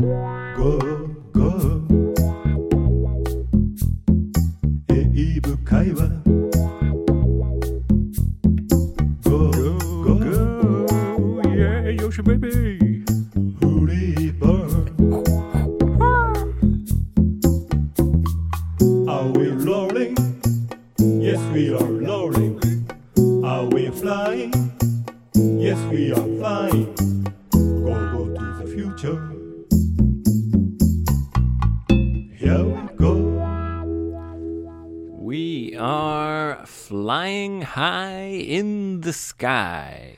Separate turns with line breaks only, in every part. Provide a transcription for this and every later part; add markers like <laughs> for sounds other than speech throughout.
E
Ocean Baby!
Woody burn. Are we rolling? Yes, we are rolling. Are we flying? Yes, we are flying. Go, go to the future. Here we go.
We are flying high in the sky.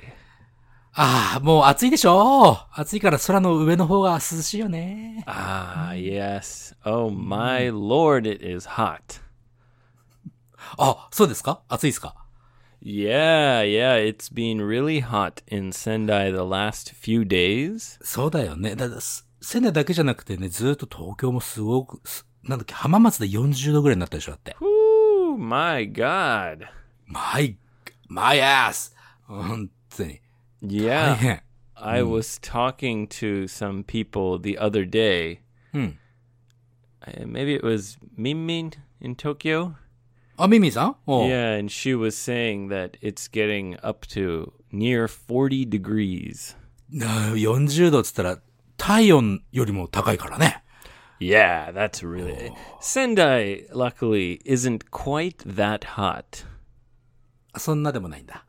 ああ、もう暑いでしょう。暑いから空の上の方が涼しいよね。
Ah, yes. Oh my lord, it is hot.
あ、そうですか暑いですか
Yeah, yeah, it's been really hot in Sendai the last few days.
そうだよね。だだす仙台だけじゃなくてね、ずーっと東京もすごく、すなんだっけ、浜松で40度ぐらいになったでしょだって。
Whoo, my god.
マイ、マイアース本当に。大
Yeah.
変。
I was talking to some people the other day.
Hmm.
Uh, maybe it was Mimin in Tokyo.
あ、ミミさんおう
Yeah, and she was saying that it's getting up to near 40 degrees.
な40度っつったら、体温よりも高いからね。
Yeah, that's really. Oh. Sendai, luckily, isn't quite that hot.
そんなでもないんだ。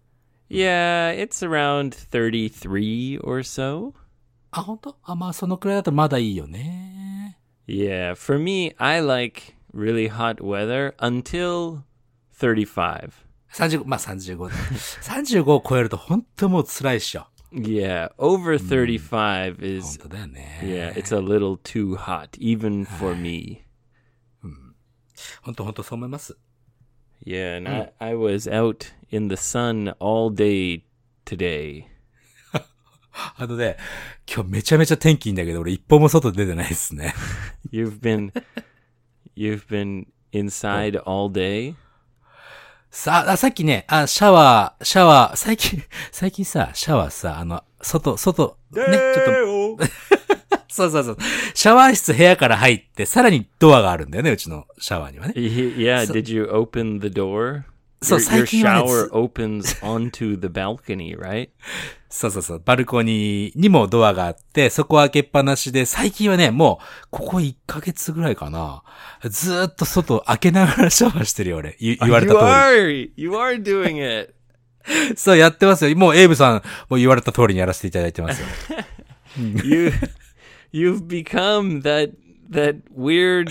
Yeah, it's around 33 or so.
あ、本当？あ、まあ、そのくらいだとまだいいよね。
Yeah, for me, I like really hot weather until 35.
35、まあ35だ。35を超えると本当もう辛いっしょ。
Yeah, over 35 is
本当だよね。
yeah, it's a little too hot even for me.
本当本当そう思います。
Yeah, and I, I was out in the sun all day today.
あのね、今日めちゃめちゃ天気いいんだけど、俺一歩も外出てないですね。
You've <laughs> been you've been inside all day?
さあ、あさっきね、あ、シャワー、シャワー、最近、 <laughs> 最近さ、シャワーさ、あの、外、外、ね、ちょっと、
Deo.
そうそうそう。シャワー室部屋から入って、さらにドアがあるんだよね、うちのシャワーにはね。
Y- Yeah, did you open the door?
So
your, your
最近はね、
shower
つ-
opens onto the balcony, right?
そうそうそう。バルコニーにもドアがあって、そこは開けっぱなしで、最近はね、もう、ここ1ヶ月ぐらいかな。ずーっと外開けながらシャワーしてるよ、俺。言言われ
<laughs> You
た
are you are doing it.
通り。そう、やってますよ。もうエイブさん、もう言われた通りにやらせていただいてますよ。
<laughs> You you've become that that weird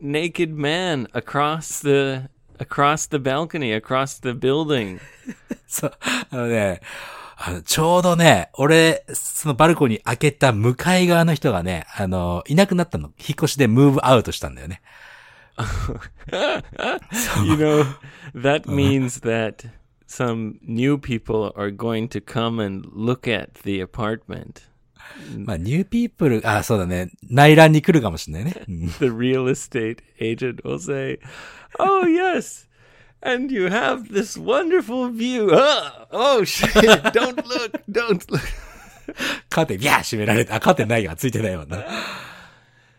naked man across the across the balcony, across the building.
そう。あのね、あの、ちょうどね、俺、そのバルコニー開けた向かい側の人がね、あの、いなくなったの。引っ越しでムーブアウトしたんだよね。
<laughs> you know, that means that some new people are going to come and look at the apartment.
まあ、ニューピープル、あ、そうだね。内覧に来るかもしれないね。うん
The real estate agent will say, "Oh yes, and you have this wonderful view. <laughs> Ah, oh shit! Don't look! Don't look!"
カーテン、ビャー閉められた。あ、カーテンないがついてないわな。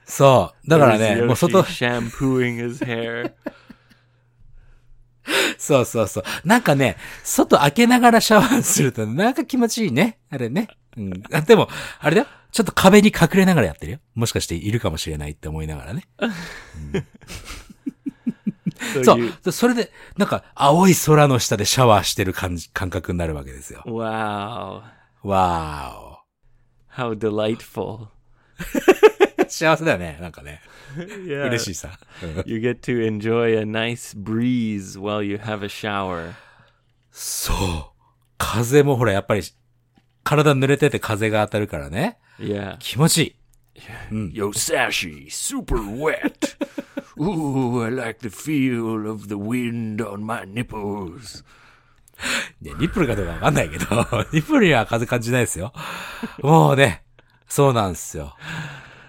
そう。だからね、もう
There's
外
Yoshi、shampooing his hair.
そうそうそう。なんかね、外開けながらシャワーすると、なんか気持ちいいね。あれね。うん。あでも、あれだよ。ちょっと壁に隠れながらやってるよ。もしかしているかもしれないって思いながらね。
So
そう
you,。
でそれで、なんか、青い空の下でシャワーしてる感じ、感覚になるわけですよ。
wow,
わ
how delightful!
ーお。 <laughs> 幸せだよね。なんかね。
Yeah,
嬉しいさ。
you get to enjoy a nice breeze while you have a shower.
そう。風もほら、やっぱり、体濡れてて風が当たるからね。
Yeah.
気持ちいい。
Yosashi,
<laughs>
super wet. Ooh, I like the feel of the wind on my nipples.
ね、ニップルかどうかわかんないけど、 <laughs> ニップルには風感じないですよ。もうね、そうなんですよ。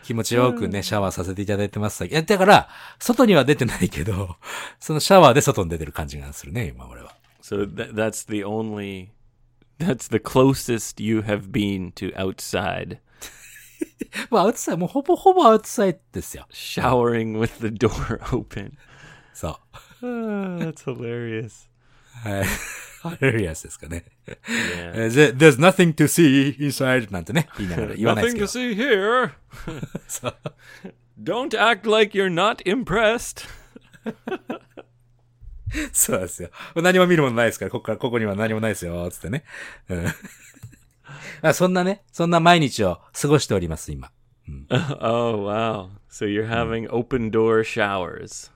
気持ちよくね、シャワーさせていただいてます。いや、だから、外には出てないけど、そのシャワーで外に出てる感じがするね、今俺は。
So th- that's the only that's the closest you have been to outside
まあ、アウトサイド、もうほぼほぼアウトサイドですよ。
showering with the door <laughs> open.
そう。
Ah, that's hilarious.
はい。 <laughs> ハレルヤスですかね。
Yeah.
えー There- There's nothing to see inside なんてね、言いながら言わないです
<laughs> Nothing
けど
to。see here.
そう
Don't act like you're not impressed.
<laughs> そうなんですよ。何も見るものないですから、ここから、ここには何もないですよ、つってね。うん。あそんなね、そんな毎日を過ごしております、今。
<laughs> Oh, wow. So you're having open door showers.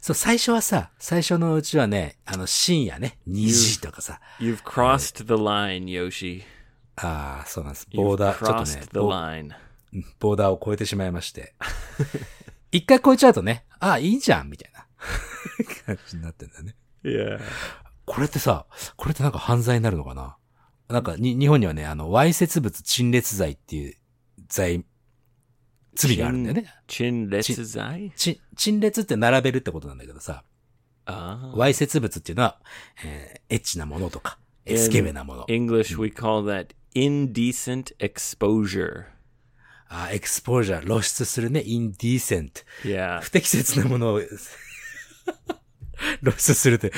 そう、最初はさ、最初のうちはね、あの、深夜ね、2時とかさ。
You've crossed the line, Yoshi.
ああ、そうなんです。ボー
You've
ダー、ちょっと
crossed
ね
the
ボ、
line.
ボーダーを超えてしまいまして。 <laughs> 一回超えちゃうとね、ああ、いいじゃん、みたいな <laughs> 感じになってんだね。
Yeah.
これってさ、これってなんか犯罪になるのかななんかに、日本にはね、あの、わいせつ物陳列罪っていう罪、罪があるんだよね。
Chin letsuzai?
ち、陳列って並べるってことなんだけどさ、
Ah.
わいせつ物っていうのは、えーエッチなものとか、エスケベなもの。
English, we call that indecent exposure.
あー、エクスポージャー、露出するね、インディーセント。
Yeah.
不適切なもの <laughs> を露出するって、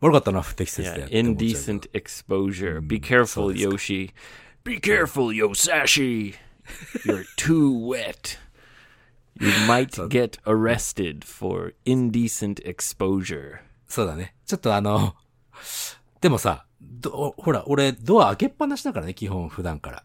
悪かったな、不適切で。
Yeah. Indecent exposure. Be careful, Yoshi.
Be careful, Yosashi.
You're too wet. You might get arrested for indecent exposure.
そうだね。ちょっとあの、 <laughs> でもさ、どほら、俺、ドア開けっぱなしだからね、基本、普段から。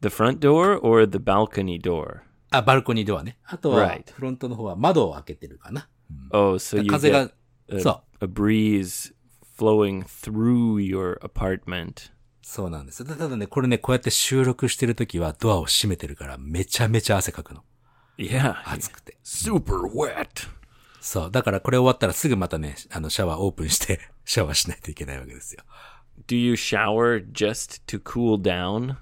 The front door or the balcony door?
あ、バルコニードアね。あとは
Right.、
フロントの方は窓を開けてるかな。
Oh, so you
風が
get、a,
そう、
a breeze flowing through your apartment.
そうなんです。ただね、これね、こうやって収録してるときはドアを閉めてるから、めちゃめちゃ汗かくの。
Yeah.
暑くて。
Super wet.
そう。だからこれ終わったらすぐまたね、あの、シャワーオープンして、 <laughs> シャワーしないといけないわけですよ。
Do you shower just to cool down?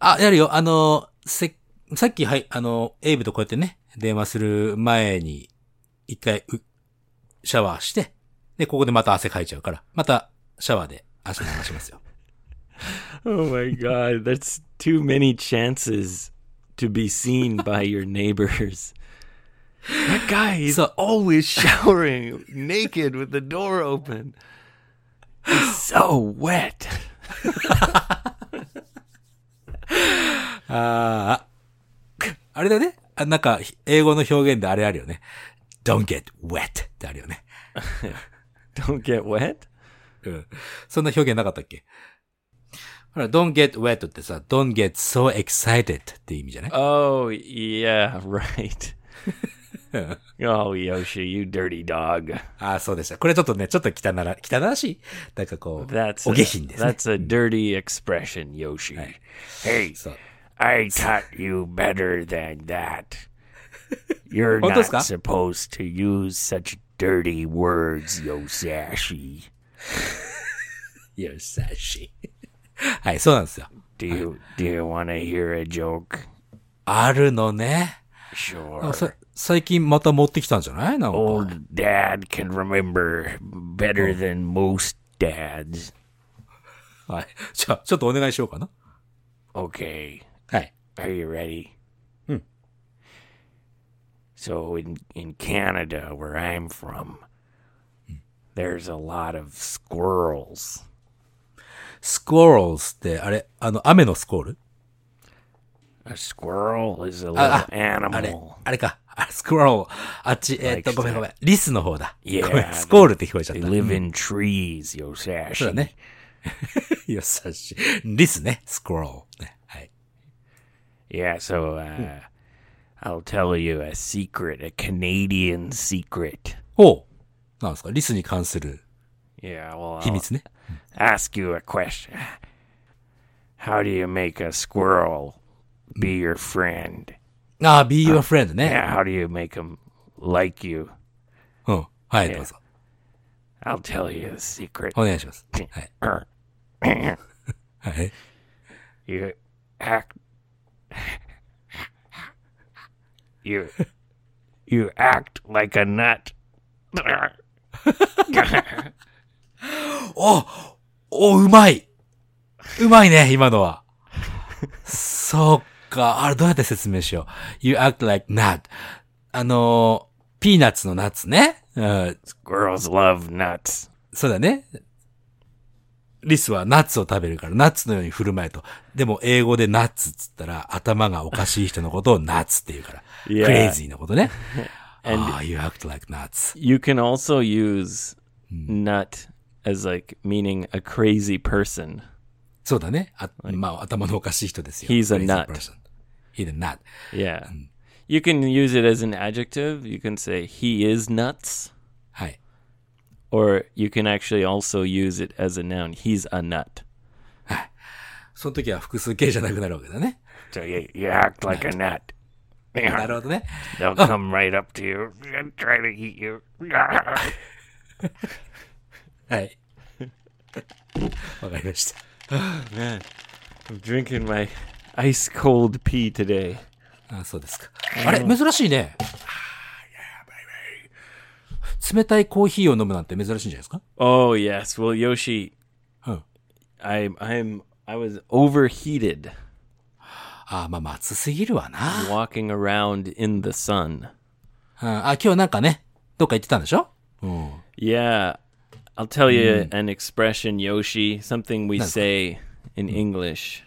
あ、やるよ。あの、せ、さっき、はい、あの、エイブとこうやってね、電話する前に、一回、う、シャワーして、で、ここでまた汗かいちゃうから、また、シャワーで汗流しますよ。
Oh my god, that's too many chances to be seen by your neighbors. That guy is
So-
always showering naked with the door open. He's so wet.
あー <laughs> あ、あれだね。あなんか、ひ英語の表現であれあるよね。don't get wet ってあるよね。
Don't get wet?
うん。そんな表現なかったっけほら、don't get wet ってさ、don't get so excited って意味じゃない
Oh, yeah, <laughs> right. oh, Yoshi, you dirty dog.
ああ、そうでした。これちょっとね、ちょっと汚ら、汚らしい。なんかこう、
That's
お
a,
下品ですね。
that's a dirty expression, Yoshi.
Hey,
そう
I taught you better than that. You're
Oh,
not
does that?
supposed to use such dirty words, Yosashi.
You're sassy. はい、そうなんですよ。
Do you do you want to hear a joke?
あるのね。
Sure.
さ最近また持ってきたんじゃないなんか。
Old dad can remember better than most dads.
はい。じゃあ、ちょっとお願いしようかな。
Okay.
はい。
Are you ready? So in in Canada, where I'm from, there's a lot of squirrels.
squirrels って、あれ、あの、雨のスコール
A squirrel is a little
あ、あれ
animal.、
あれか。あ、スクロール。あっち、えーっと、
Likes
ごめんごめん。リスの方だ。
Yeah.
ごめん、スコールって聞こえちゃっ
They
た。
live in trees,
そうだ
Yosashi.
ね。 <laughs> 優しい。リスね、スクロール。ね、はい。
Yeah, so uh, I'll tell you a secret, a Canadian secret.
ほう。なんですかリスに関する
Yeah, well,
秘
I'll
密ね。
ask you a question. How do you make a squirrel be your friend?
ああ、be your friend ね。
Yeah, how do you make him like you?
うん。はい、どうぞ。
I'll tell you the secret.
お願いします。はい。はい。
You act. You. You act like a nut.
おお、うまいうまいね、今のは。そうか。あれ、どうやって説明しよう。You act like nut. あのー、ピーナッツのナッツね。うん。
Squirrels love nuts.
そうだね。リスはナッツを食べるから、ナッツのように振る舞えと。でも、英語でナッツっつったら、頭がおかしい人のことをナッツって言うから。
Yeah.
クレイジーの <laughs> ことね。
And-
Ah, you act like nuts.
You can also use nut as like meaning a crazy person.
そうだね。あまあ、頭のおかしい人ですよ。
He's a
Crazy
nut.
person. He's a nut.
Yeah. You can use it as an adjective. You can say he is nuts,
はい。
or you can actually also use it as a noun. He's a nut.
その時は複数形じゃなくなるわけだ
<laughs>
ね。
So you, you act like a nut.
なるほどね。
They'll come right up to you and try to eat you.
<laughs>
はい。わかりました。
Man, I'm drinking my ice cold pee today.
あ、そうですか。あれ珍しいね。冷たいコーヒーを飲むなんて珍しいんじゃないですか
Oh yes. Well, Yoshi,
Huh.
I I'm I was overheated
あまあまあ暑すぎるわな。
walking around in the sun.
うんあ、今日なんかね、どっか行ってたんでしょ
Yeah. I'll tell you an expression, Yoshi, something we say in English.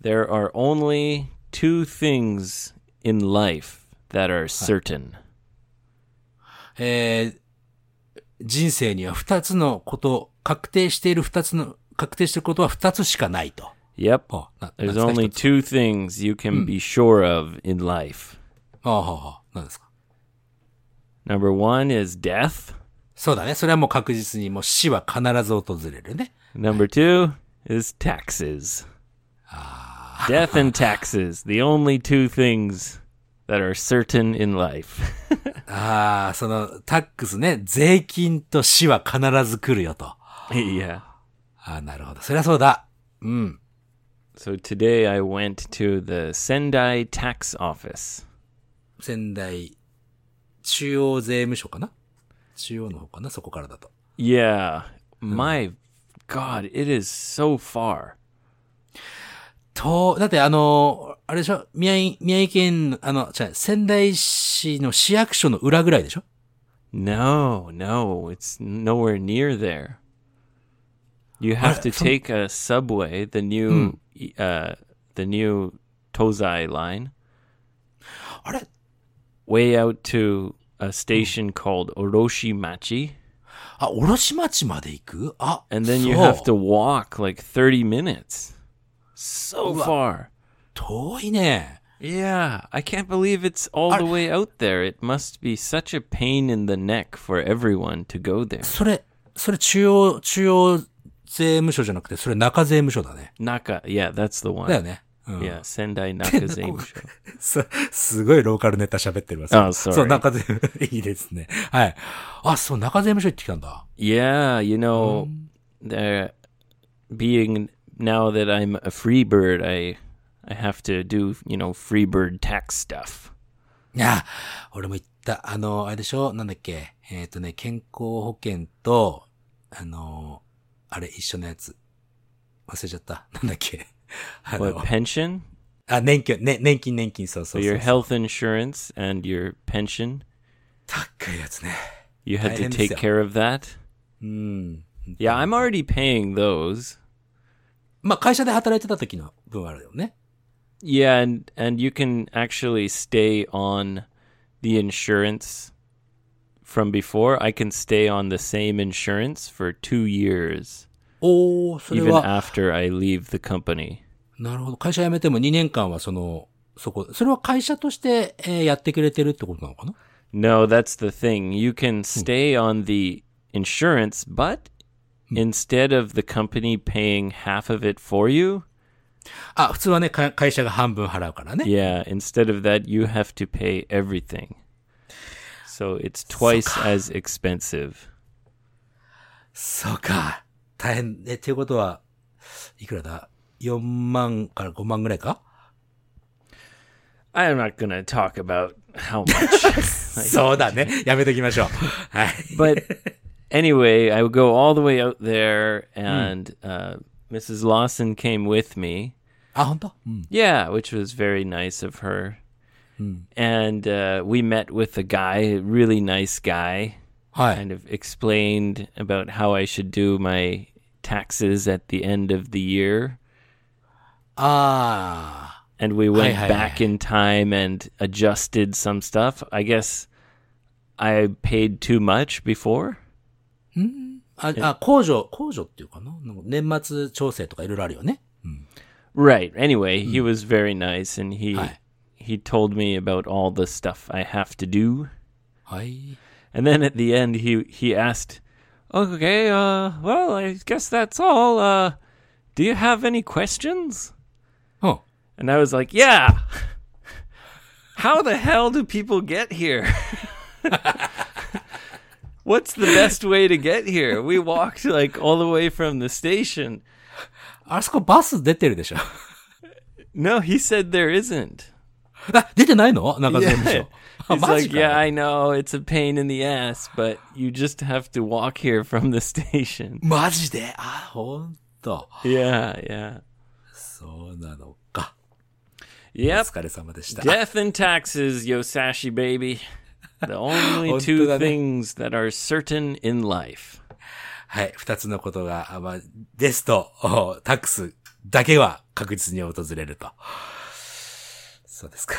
There are only two things in life that are certain.
えー人生には二つのこと、確定している二つの、確定していることは二つしかないと。
Yep.
あな
There's
なんですか
only
一つ
two things you can be sure of in life.
ああ、はあはあなんですか
Number one is death.
そうだね。それはもう確実に、もう死は必ず訪れるね。
Number two is taxes. Death and taxes, the only two things that are certain in life. <laughs>
ああ、その、タックスね、税金と死は必ず来るよと。
yeah.
ああ、なるほど。そりゃそうだ。うん。
So today I went to the Sendai tax office.
仙台、中央税務署かな中央の方かなそこからだと。
Yeah. My God, it is so far.
と、だってあの、あれでしょ宮城、宮城県、あの、じゃあ仙台市の市役所の裏ぐらいでしょ
No, no, it's nowhere near there. You have to take a subway, the new, uh, the new Tozai line,
あれ
way out to a station called Oroshimachi,
あ、卸町まで行くあ、
and then you
そう
have to walk like 30 minutes. So far.
遠いね。
Yeah, I can't believe it's all the way out there. It must be such a pain in the neck for everyone to go there.
それ、それ中央、中央税務署じゃなくて、それ中税務署だね。
Naka, yeah, that's the one.
だよね。うん。
Yeah, Sendai Nakazame show.
す、すごいローカルネタ喋ってるわ。
あ sorry
そう、中税 <laughs> 務、いいですね。はい。あ、そう、中税務署行ってきたんだ。
Yeah, you know, there being now that I'm a free bird, I I have to do, you know, free bird tax stuff.
いや、俺も行った。あの、あれでしょなんだっけえっ、とね、健康保険と、あの、あれ一緒のやつ。忘れちゃった。なんだっけあ
What
の、
pension?
あ、年金、ね、年金、年金、そうそう
So
そ
your
う。
health insurance and your pension,
高いやつね。
you had
Items,
to
yeah.
take care of that.
うん。
Yeah, I'm already paying those.
まあ、会社で働いてた時の分はあるよね。
Yeah, and and you can actually stay on the insurance from before. I can stay on the same insurance for 2 years
おー、それ
even
は、
after I leave the company.
なるほど。会社辞めても2年間はその、そこ、それは会社として、えーやってくれてるってことなのかな
No, that's the thing. You can stay on the insurance, but instead of the company paying half of it for you,
あ、普通はね、か会社が半分払うからね。
yeah, instead of that you have to pay everything. So it's twice as expensive.
そうか。大変ね。っていうことは、いくらだ ?4 万から5万ぐらいか
I'm not going to talk about <laughs> how much.
そうだね。やめときまし <laughs> ょう。はい。
but anyway, I would go all the way out there, and uh, Mrs. Lawson came with me.
あ、本当？うん。
Yeah, which was very nice of Hmm. her. And uh, we met with a guy, a really nice guy.
はい。
kind of explained about how I should do my taxes at the end of the year.
あ
And we went
hi, hi.
back in time and adjusted some stuff. I guess I paid too much before.
あ、あ、あ、控除、控除っていうかななんか年末調整とかいろいろあるよね。
Right. Anyway, he was very nice and he
Hmm. Hi.
he told me about all the stuff I have to do.
はい。
And then at the end he he asked, "Okay, uh well, I guess that's all. Uh do you have any questions?"
うん。
And I was like, yeah. <laughs> How the hell do people get here? <laughs> What's the best way to get here? We walked like all the way from the station.
あそこバス出てるでしょ。
No, he said there isn't.
あ、出てないの中
い
澤
や
務省。あ
<laughs> He's
マ
like,
ジか
yeah, I know it's a pain in the ass, but you just have to walk here from the <laughs> station.
マジであ、ほんと。
Yeah, yeah.
そうなのか。お
Yep.
疲れ様でした。
Death and taxes, Yosashi baby. The only
Onto
two
that.
things that are certain in life.
はい。二つのことが、あまあ、ですと、おタックスだけは確実に訪れると。そうですか。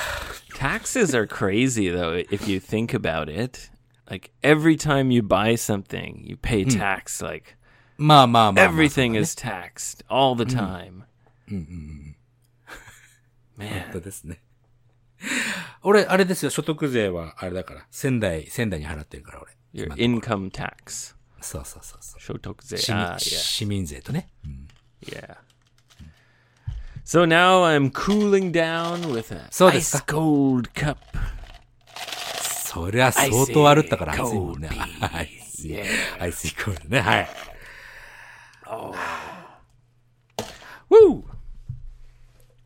Taxes are crazy though if you think about it. Like every time you buy something, you pay tax like
まあまあまあ、まあ。
everything is taxed all the time.
本当ですね。俺、あれですよ、所得税は、あれだから、仙台、仙台に払ってるから、俺。
Your income tax.
そうそうそうそう。
Shotokuzei.
市民
Ah, yeah.
市民税とね。
Yeah. So now I'm cooling down with a
そうですか。
ice cold cup.
そりゃ相当あるったから暑いもんね。 <laughs> アイス、アイスイコールね。はい。
Woo!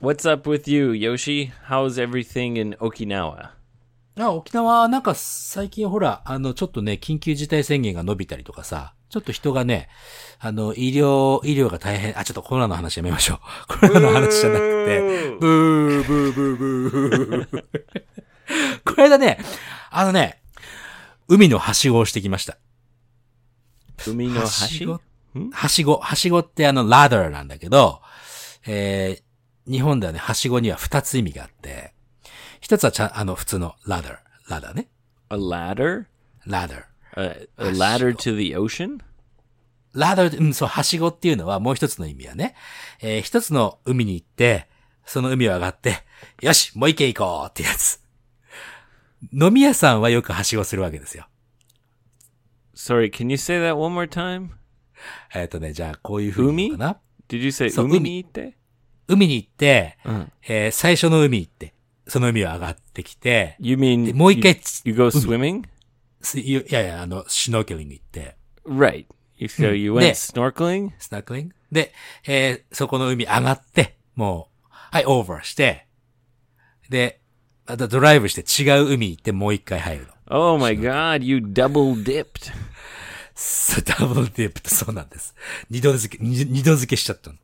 What's up with you, Yoshi? How's everything in Okinawa?
あ沖縄、なんか最近ほら、あの、ちょっとね、緊急事態宣言が伸びたりとかさ、ちょっと人がね、あの、医療、医療が大変、あ、ちょっとコロナの話やめましょう。 <laughs> コロナの話じゃなくて、ブー、ブー、ブー、ブー。 <laughs> これだね、あのね、海のはしごをしてきました。
Umi no hashi?
はしご、はしごってあの、ラダーなんだけど、えー、日本ではね、はしごには二つ意味があって、一つはちゃん、あの、普通のラダー、ラダーね、
A ladder?
ラダー。
Uh, A, a ladder to the ocean?
ラダー、うん、そう、はしごっていうのはもう一つの意味はね、えー一つの海に行って、その海を上がって、よし、もう一軒行こうってやつ。飲み屋さんはよくはしごするわけですよ。
Sorry, can you say that one more time?
えっ、とね、じゃあ、こういう風に言うのかな。
Did you say
So,
umi
umi.
ni ite?
海に行って、
ん
えー最初の海行って、その海を上がってきて、
You mean
でもう一
you,
回つ、
you go swimming?
すいやいや、あの、シュノーケリング行って、
Right. You- So you went
Yeah.
snorkeling?
スナークリングで、えーそこの海上がって、もう、はい、オーバーして、で、あとドライブして違う海行ってもう一回入るの。
Oh my god, you double dipped.
そうダブルディップってそうなんです。二度漬け、二二度漬けしちゃったの。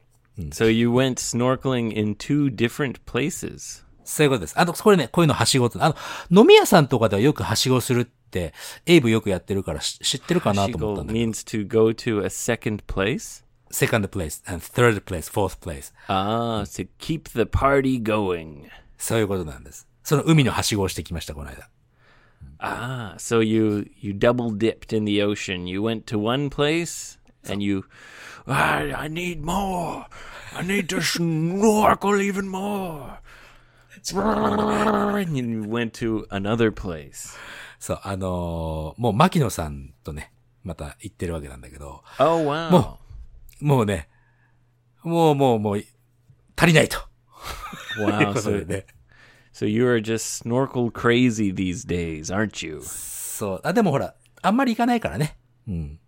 So you went snorkeling in two different places.
そういうことです。あと、これね、こういうのはしごって、あの、飲み屋さんとかではよくはしごするって、エイブよくやってるからし知ってるかなと思った
Shigo
んだけど、
means to go to a second place.
セカンドプレイス、サードプレイス、フォースプレイス。
Ah, to keep the party going.
そういうことなんです。その海のはしごをしてきました、この間。
Ah, so you you double dipped in the ocean. You went to one place and you "Ah,
I, I need more. I need
<laughs>
to snorkel even more.
<laughs> and you went to another place.
そう、あのーもう牧野さんとね、また行ってるわけなんだけど、
Oh wow.
もう、もうね、もうもうもう、足りないと。という <laughs>
wow.
ことで
So,
ね。
so you are just snorkel crazy these days, aren't you?
そう。あ、でもほら、あんまり行かないからね。うん。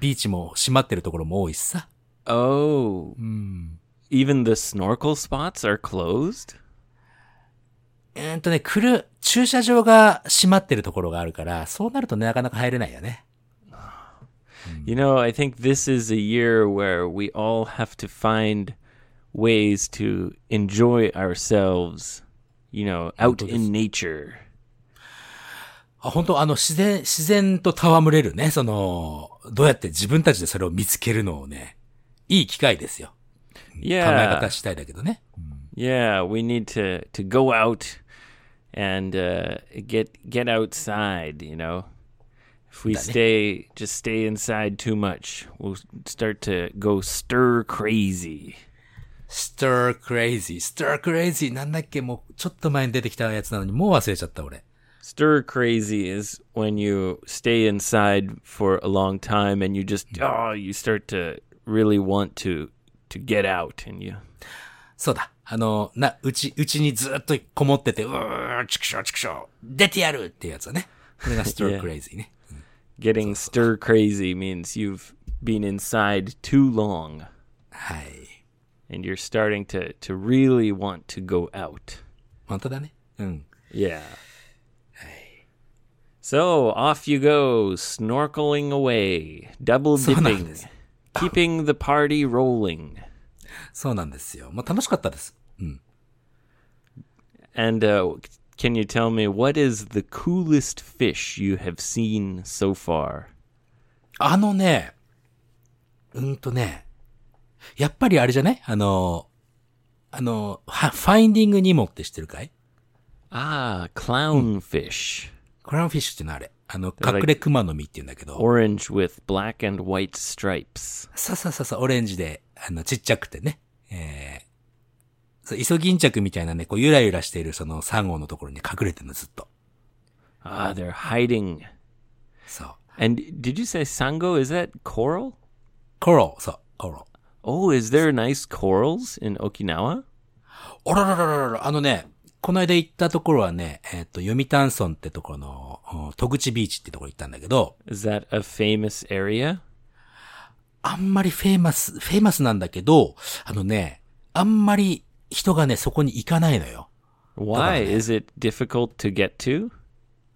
ビーチも閉まってるところも多いしさ。
Oh. Even the snorkel spots are closed?
えーっとね、来る、駐車場が閉まってるところがあるから、そうなるとね、なかなか入れないよね。
You know, I think this is a year where we all have to find ways to enjoy ourselves, you know, out in nature.
あ本当あの、自然、自然と戯れるね、その、どうやって自分たちでそれを見つけるのをね、いい機会ですよ。考え
Yeah.
方次第だけどね。
Yeah, we need to to go out and uh, get get outside. You know, if we stay just stay inside too much, we'll start to go stir crazy.
stir crazy, stir crazy なんだっけもう、ちょっと前に出てきたやつなのにもう忘れちゃった俺。
Stir crazy is when you stay inside for a long time and you just oh you start to really want to to get out and you
そうだ。あの、な、うち、うちにずっとこもってて、うー、ちくしょうちくしょう、出てやるっていうやつだね。これが stir
Yeah.
crazy ね。
getting stir crazy means you've been inside too long.
はい。
and you're starting to to really want to go out.
本当だね。うん。
Yeah. <sighs> So off you go, snorkeling away, double
そうなん
dipping,
です。
keeping the party rolling.
そうなんですよ。まあ、楽しかったです。
And uh, can you tell me what is the coolest fish you have seen so far?
あのね、うんとね、やっぱりあれじゃないあの、あの、はファインディングニモって知ってるかい
Ah, clownfish,
クラウンフィッシュってのはあれ。あの、
ら
隠れ熊の実って言うんだけど。
orange with black and white stripes.
ささささ、オレンジで、あの、ちっちゃくてね。えー、そうイソギンチャクみたいなね、こう、ゆらゆらしているそのサンゴのところに隠れてるの、ずっと。
Ah, they're hiding.
そう。
And did you say sango? Is that coral?
コロ、そう、コロ。
Oh, is there nice corals in Okinawa?
おらららららら、あのね、この間行ったところはね、えっ、と、読谷村ってところの、お戸口ビーチってところ行ったんだけど、
Is that a famous area?
あんまりフェイマス、フェイマスなんだけど、あのね、あんまり人がね、そこに行かないのよ。
Why is it difficult to get to?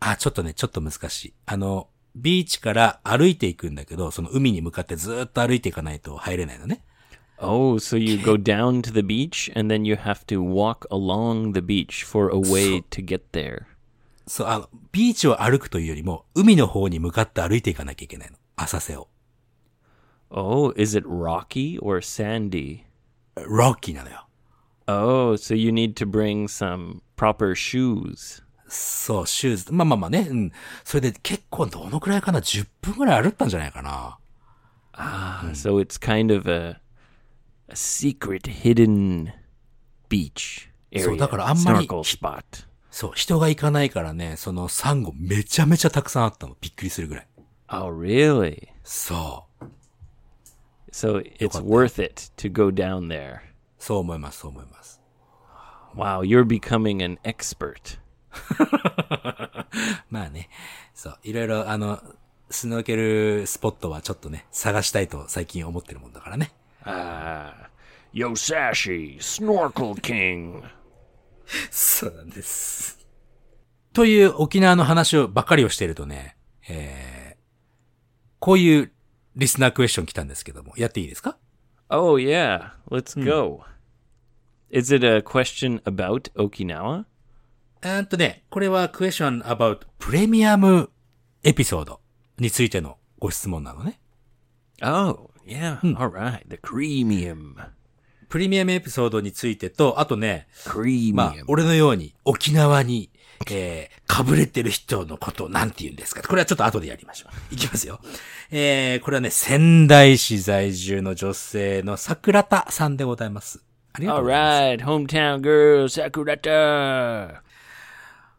あ、ちょっとね、ちょっと難しい。あの、ビーチから歩いていくんだけど、その海に向かってずーっと歩いていかないと入れないのね。
Oh, so you go down to the beach and then you have to walk along the beach for a way to get there.
そう、あの、ビーチを歩くというよりも、海の方に向かって歩いていかなきゃいけないの。浅瀬を。
Oh, is it rocky or sandy?
ロッキーなのよ。
Oh, so you need to bring some proper shoes.
そう、シューズ。まあまあまあね、うん。それで結構どのくらいかな ?10 分くらい歩ったんじゃないかな。
Uh, So it's kind of a a secret hidden beach area.
そう、だからあんまり
snorkel spot.
そう、人が行かないからね、そのサンゴめちゃめちゃたくさんあったの。びっくりするぐらい。
Oh, really?
そう。
So it's worth it to go down there.
そう思います、そう思います。
Wow, you're becoming an expert.
まあね、そう、いろいろあの、スノーケルスポットはちょっとね、探したいと最近思ってるもんだからね。
Yo, Sashi, Snorkel King.
そうなんです。という沖縄の話をばっかりをしているとね、えー、こういうリスナークエスチョン来たんですけども、やっていいですか
Oh, yeah, let's go. Is it a question about Okinawa?
うーんとね、これはクエスチョン about プレミアムエピソードについてのご質問なのね。
Oh, yeah, all right. The cremium.
プレミアムエピソードについてと、あとね、
Cremium.
まあ、俺のように沖縄に、えー、被れてる人のことをなんて言うんですかこれはちょっと後でやりましょう。いきますよ。えー、これはね、仙台市在住の女性の桜田さんでございます。ありがとうご
all
ざいます。
right, hometown girl, Sakurata.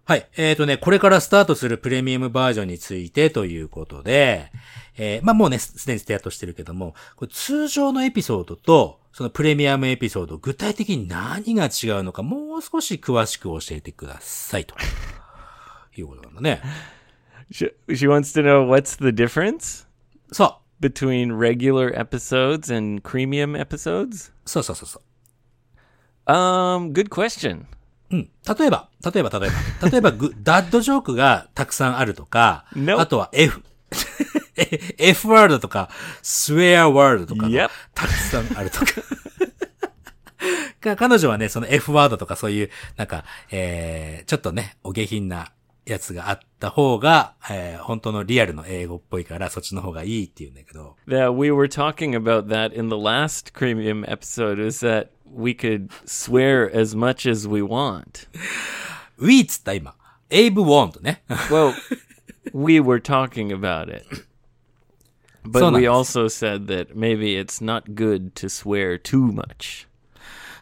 はい。えっ、とね、これからスタートするプレミアムバージョンについてということで、えーまあもうね、すすでにステアとしてるけども、これ通常のエピソードと、そのプレミアムエピソード、具体的に何が違うのか、もう少し詳しく教えてくださいと。いうことなんだね。
She, she wants to know what's the difference
そ
between regular episodes and cremium episodes?
う。そうそうそうそう。
Um, good question.
うん。例えば、例えば、例えば、例えば、グ、 <laughs> ダッドジョークがたくさんあるとか、
Nope.
あとは F、F ワードとか、スウェアワードとかが
Yep.
たくさんあるとか。 <laughs> か彼女はね、その F ワードとかそういう、なんか、えー、ちょっとね、お下品なやつがあった方が、えー本当のリアルの英語っぽいから、そっちの方がいいって言うんだけど。
that we were talking about that in the last premium episode is that we could swear as much as we want.
we っつった今。エイブ・ウォンとね。
<laughs> Well, we were talking about it. But
So
we
nice.
also said that maybe it's not good to swear too much.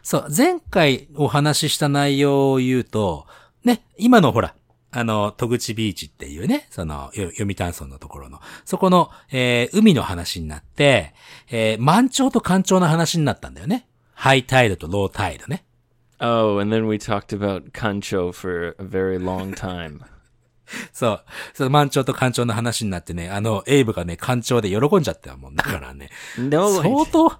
そう、前回お話しした内容を言うと、ね、今のほら、あの、戸口ビーチっていうね、その、よ読谷村のところの、そこの、えー海の話になって、えー満潮と干潮の話になったんだよね。ハイタイドとロータイドね。
Oh, and then we talked about Kancho for a very long time.
そう。その満潮と干潮の話になってね、あの、エイブがね、干潮で喜んじゃったもんだからね。
<laughs> No, I
相当、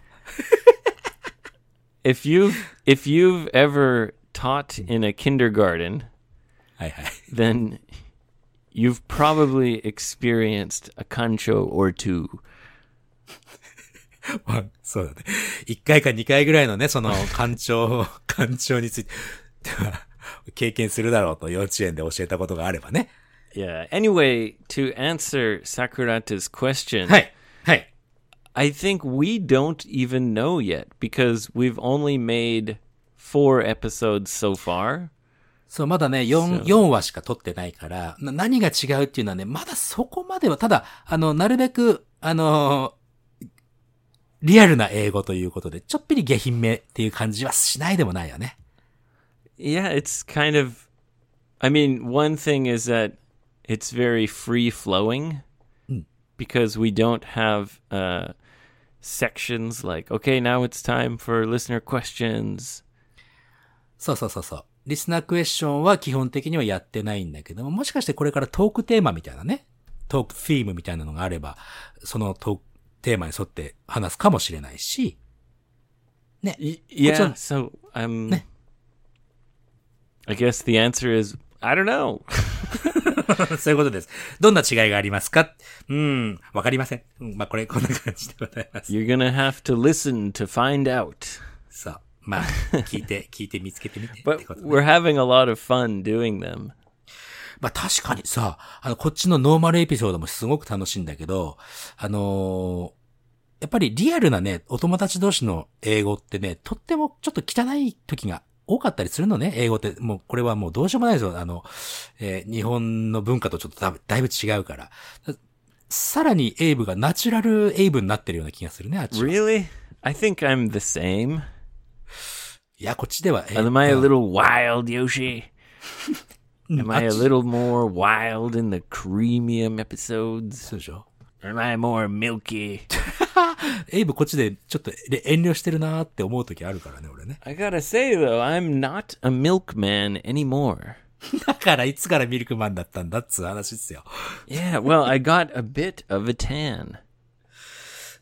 if you've if you've ever taught in a kindergarten,
はいはい。
then you've probably experienced a kancho or two.
まあそうだね。一回か二回ぐらいのね、そ <laughs> の、干潮、干潮について <laughs> は、経験するだろうと幼稚園で教えたことがあればね。
Yeah. Anyway, to answer Sakurata's question,
はい。はい。
I think we don't even know yet because we've only made four episodes so far.
そう、まだね、
そ
4、
う
四話しか撮ってないから、な何が違うっていうのはね、まだそこまでは、ただ、あの、なるべく、あのーリアルな英語ということで、ちょっぴり下品めっていう感じはしないでもないよね。
Yeah, it's kind of. I mean, one thing is that it's very free flowing because we don't have uh, sections like, okay, now it's time for listener questions.
そうそうそうそう。リスナークエスチョンは基本的にはやってないんだけども、もしかしてこれからトークテーマみたいなね、トークフィームみたいなのがあれば、そのトークテーマに沿って話すかもしれないし、ね、もちろ
Yeah,
ん
so um, I guess the answer is I don't know.
<laughs> そういうことです。どんな違いがありますかうん、わかりません。うんまあ、これ、こんな感じでございます。
You're gonna have to listen to find out.
そう。まあ、聞いて、聞いて見つけてみてってこと
But
ね
we're having a lot of fun doing them.
まあ確かにさ、あの、こっちのノーマルエピソードもすごく楽しいんだけど、あのーやっぱりリアルなね、お友達同士の英語ってね、とってもちょっと汚い時が多かったりするのね、英語って。もうこれはもうどうしようもないですよ。あの、えー日本の文化とちょっとだぶだいぶ違うから。ださらにエイブがナチュラルエイブになってるような気がするね、あっちは。
Really? I think I'm the same.
いや、こっちでは、えー
Am I a little wild, Yoshi?
うん
Am
あ
I
っ
a
ち
little more wild in the creamium episodes?
そうでしょ
Am I more milky?
エイブこっちでちょっとえ遠慮してるなーって思う時あるからね、俺ね。
<laughs> I gotta say though, I'm not a milkman anymore.
だからいつからミルクマンだったんだっつう話っすよ。
Yeah, well, I got a bit of a tan.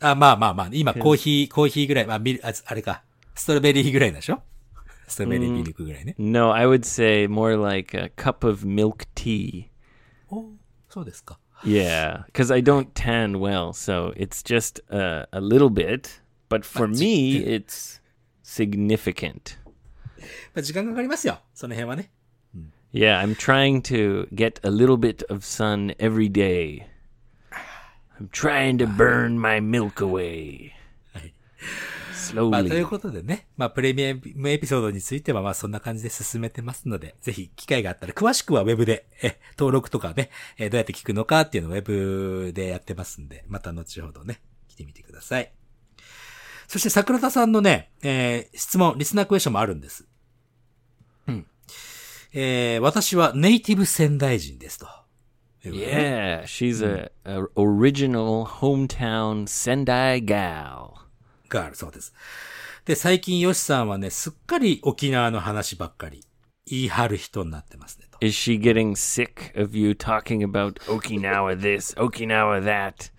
あ、まあまあまあ、今コーヒー、コーヒーぐらい、まあ、ミル、ああれか、ストロベリーぐらいなんでしょストロベリーミルクぐらいね。
No, I would say more like a cup of milk tea.
そうですか。
<gasps> Yeah, because I don't tan well, so it's just uh, a little bit. But for me, it's significant.
まあ、時間かかりますよ。その辺はね。
Yeah, I'm trying to get a little bit of sun every day. I'm trying to burn my milk away. Slowly.
まあ、ということでね。まあ、プレミアムエピソードについては、まあ、そんな感じで進めてますので、ぜひ、機会があったら、詳しくはウェブで、え、登録とかね、え、どうやって聞くのかっていうのをウェブでやってますんで、また後ほどね、来てみてください。そして、桜田さんのね、えー質問、リスナークエスチョンもあるんです。うん。えー私はネイティブ仙台人ですと。
Yeah, she's a, a original hometown Sendai gal.
があるそうです。で、最近ヨシさんはね、すっかり沖縄の話ばっかり言い張る人になってますねと。
Is she getting sick of you talking about <laughs> Okinawa this, Okinawa that?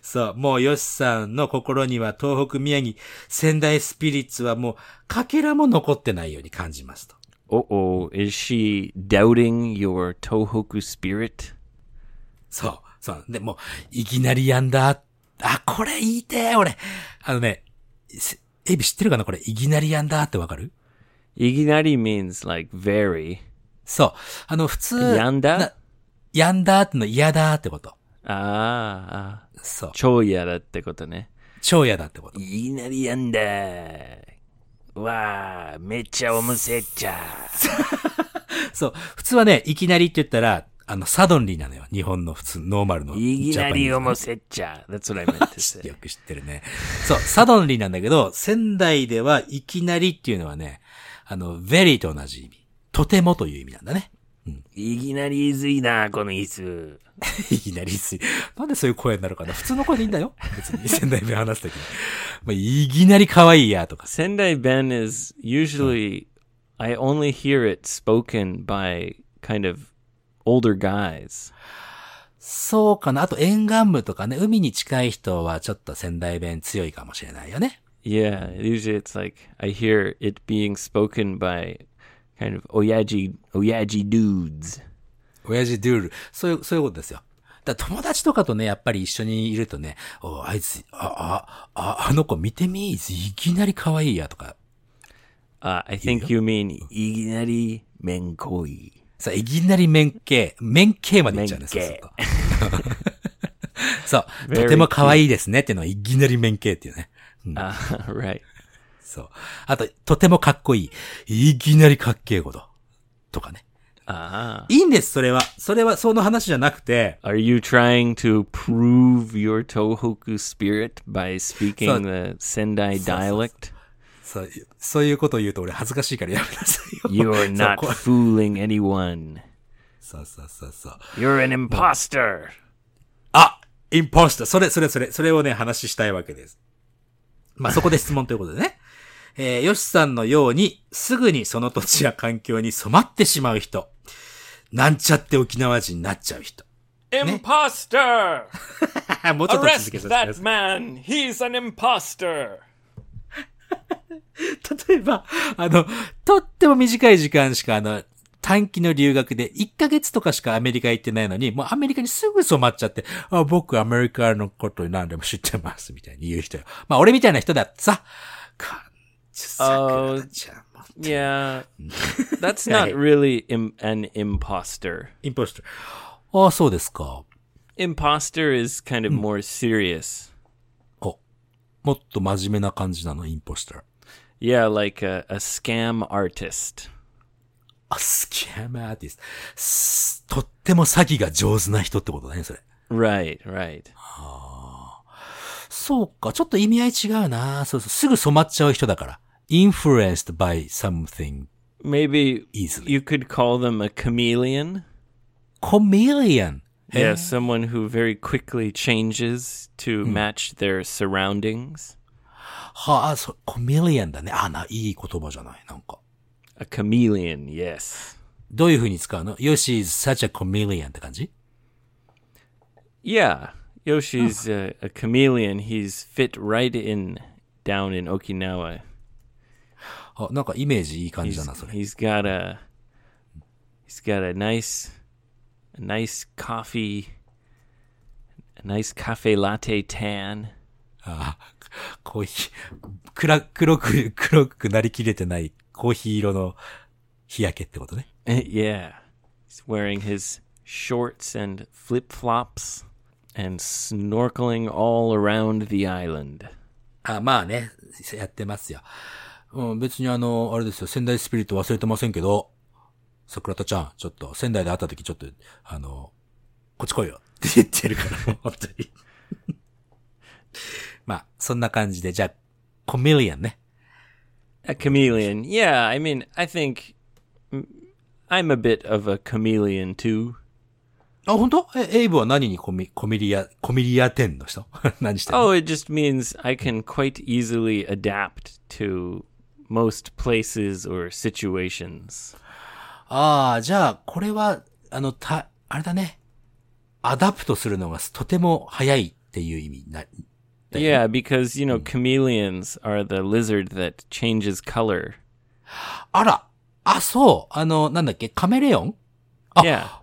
そう、もうヨシさんの心には東北宮城、仙台スピリッツはもうかけらも残ってないように感じますと。
Uh oh, is she doubting your Tohoku spirit?
そう、そう。で、もう、いきなりやんだ。あ、これ言いてえ、俺。あのね、せエビ知ってるかなこれ、いきなりやんだってわかる
Iginari means like very.
そう。あの、普通。
やんだ
なやんだっての嫌だってこと。
あーあ
そう
ー、。超嫌だ ah. ってことね。
超嫌だってこと。
いきなりやんだ。わあ、めっちゃおむせっちゃ。
そう。普通はね、いきなりって言ったら、あの、サドンリーなのよ。日本の普通、ノーマルの。
いきなりお
よ
むせっちゃ。That's what I meant to say.
よく知ってるね。そう、サドンリーなんだけど、仙台ではいきなりっていうのはね、あの、very と同じ意味。とてもという意味なんだね。 <laughs>
いきなりいずいな、この椅子。
いきなりすい。なんでそういう声になるかな普通の声でいいんだよ。別に仙台弁話すときに。まあ、いきなり可愛いやとか。
Sendai Ben is usually, I only hear it spoken by kind of older guys.
そうかな。あと沿岸部とかね、海に近い人はちょっと仙台弁強いかもしれないよね。
Yeah, usually it's like I hear it being spoken by kind of oyaji oyaji dudes.
親父ドゥール。そういう、そういうことですよ。だから友達とかとね、やっぱり一緒にいるとね、おあいつ、あ、あ、あ、あの子見てみいきなり可愛いやとか。
Uh, I think you mean
いきなりめんこい。
さ、いきなり面形、面形までいっちゃうんですよ。
面
そうすると <laughs> そう。とても可愛いですねっていうのは、いきなり面形っていうね。
<laughs> uh, right.
そう。あと、とてもかっこいい。いきなりかっけえこと。とかね。
Ah.
いいんです、それは。それは、その話じゃなくて、
Are you trying to prove your Tohoku spirit by speaking
So-
the Sendai dialect?
そう、そういうことを言うと俺恥ずかしいからやめなさいよ。 <laughs>
You're
そうこ
not
う
fooling anyone.
そうそうそうそう。
You're an imposter.
あインポスターそれ、それ、それ、それをね、話したいわけです。まあ、そこで質問ということでね。 <laughs> えー、ヨシさんのように、すぐにその土地や環境に染まってしまう人。なんちゃって沖縄人になっちゃう人。 <laughs>
Imposter!
もうちょっと続けさせてく
<laughs>
ださい。
man! He's an imposter!
例えば、あの、とっても短い時間しか、あの、短期の留学で1ヶ月とかしかアメリカ行ってないのに、もうアメリカにすぐ染まっちゃって、あ、僕アメリカのことに何でも知ってます、みたいに言う人よ。まあ俺みたいな人だってさ、かんちゅさくらちゃんも。
Yeah.
<laughs>
That's not really Im- an imposter.
インポスター。ああ、そうですか。
Imposter is kind
Hmm.
of more serious.
お、もっと真面目な感じなの、インポスター。
Yeah, like a, a scam artist.
あ、スキャムアーティストす。とっても詐欺が上手な人ってことだね、それ。
Right, right.
そうか、ちょっと意味合い違うな。そうそう、すぐ染まっちゃう人だから。influenced by something
Maybe
Easily.
you could call them a chameleon.
chameleon.
Yeah, someone who very quickly changes to match their surroundings.
はあ、そう、chameleon だね。あ、な、いい言葉じゃない、なんか。
A chameleon, yes.
どういう風に使うの ?Yoshi is such a chameleon って感じ
Yeah, Yoshi's a, a chameleon. He's fit right in down in Okinawa.
あ、なんかイメージいい感じだな、
He's-
それ。
he's got a he's got a nice a nice coffee a nice cafe latte tan
あコーヒー、暗、黒く、黒くなりきれてないコーヒー色の日焼けってことね。
<laughs> yeah he's wearing his shorts and flip-flops and snorkeling all around the island
あ、まあね、やってますよ。うん、別にあの、あれですよ、仙台スピリット忘れてませんけど、桜田ちゃん、ちょっと、仙台で会った時ちょっと、あの、こっち来いよって言ってる <laughs> から、本当に。まあ、そんな感じで、じゃあ、コミリアンね。
a chameleon yeah i mean i think mm, i'm a bit of a chameleon too
あ、本当え、エイブは何にコミ、コミリア、コミリア店の人 <laughs> 何してるの
Oh, it just means I can quite easily adapt to most places or situations.
ああ、じゃあ、これは、あの、た、あれだね。アダプトするのがとても早いっていう意味な、
Yeah, because, you know, chameleons are the lizard that changes color.
あら、あ、そう、あの、なんだっけ、カメレオン
Yeah.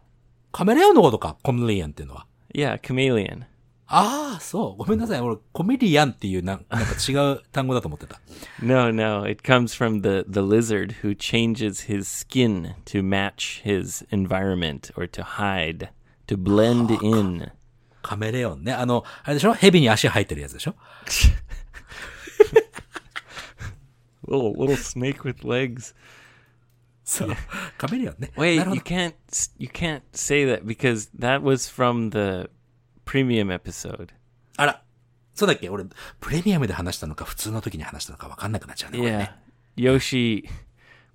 カメレオンのことか、コミリアンっていうのは。
Yeah, chameleon.
ああ、そう。ごめんなさい。俺、コメディアンっていうな、なんか違う単語だと思ってた。
No, no, it comes from the, the lizard who changes his skin to match his environment or to hide, to blend in.
カメレオンね。あの、あれでしょ蛇に足生えてるやつでしょ
Little little snake with legs.
そう。カメレオンね。な
Wait,
るほ
you
ど。
can't s- you can't say that because that was from the premium episode.
あら。そうだっけ俺、プレミアムで話したのか、普通の時に話したのか分かんなくなっちゃうね。これね
Yeah. <laughs> Yoshi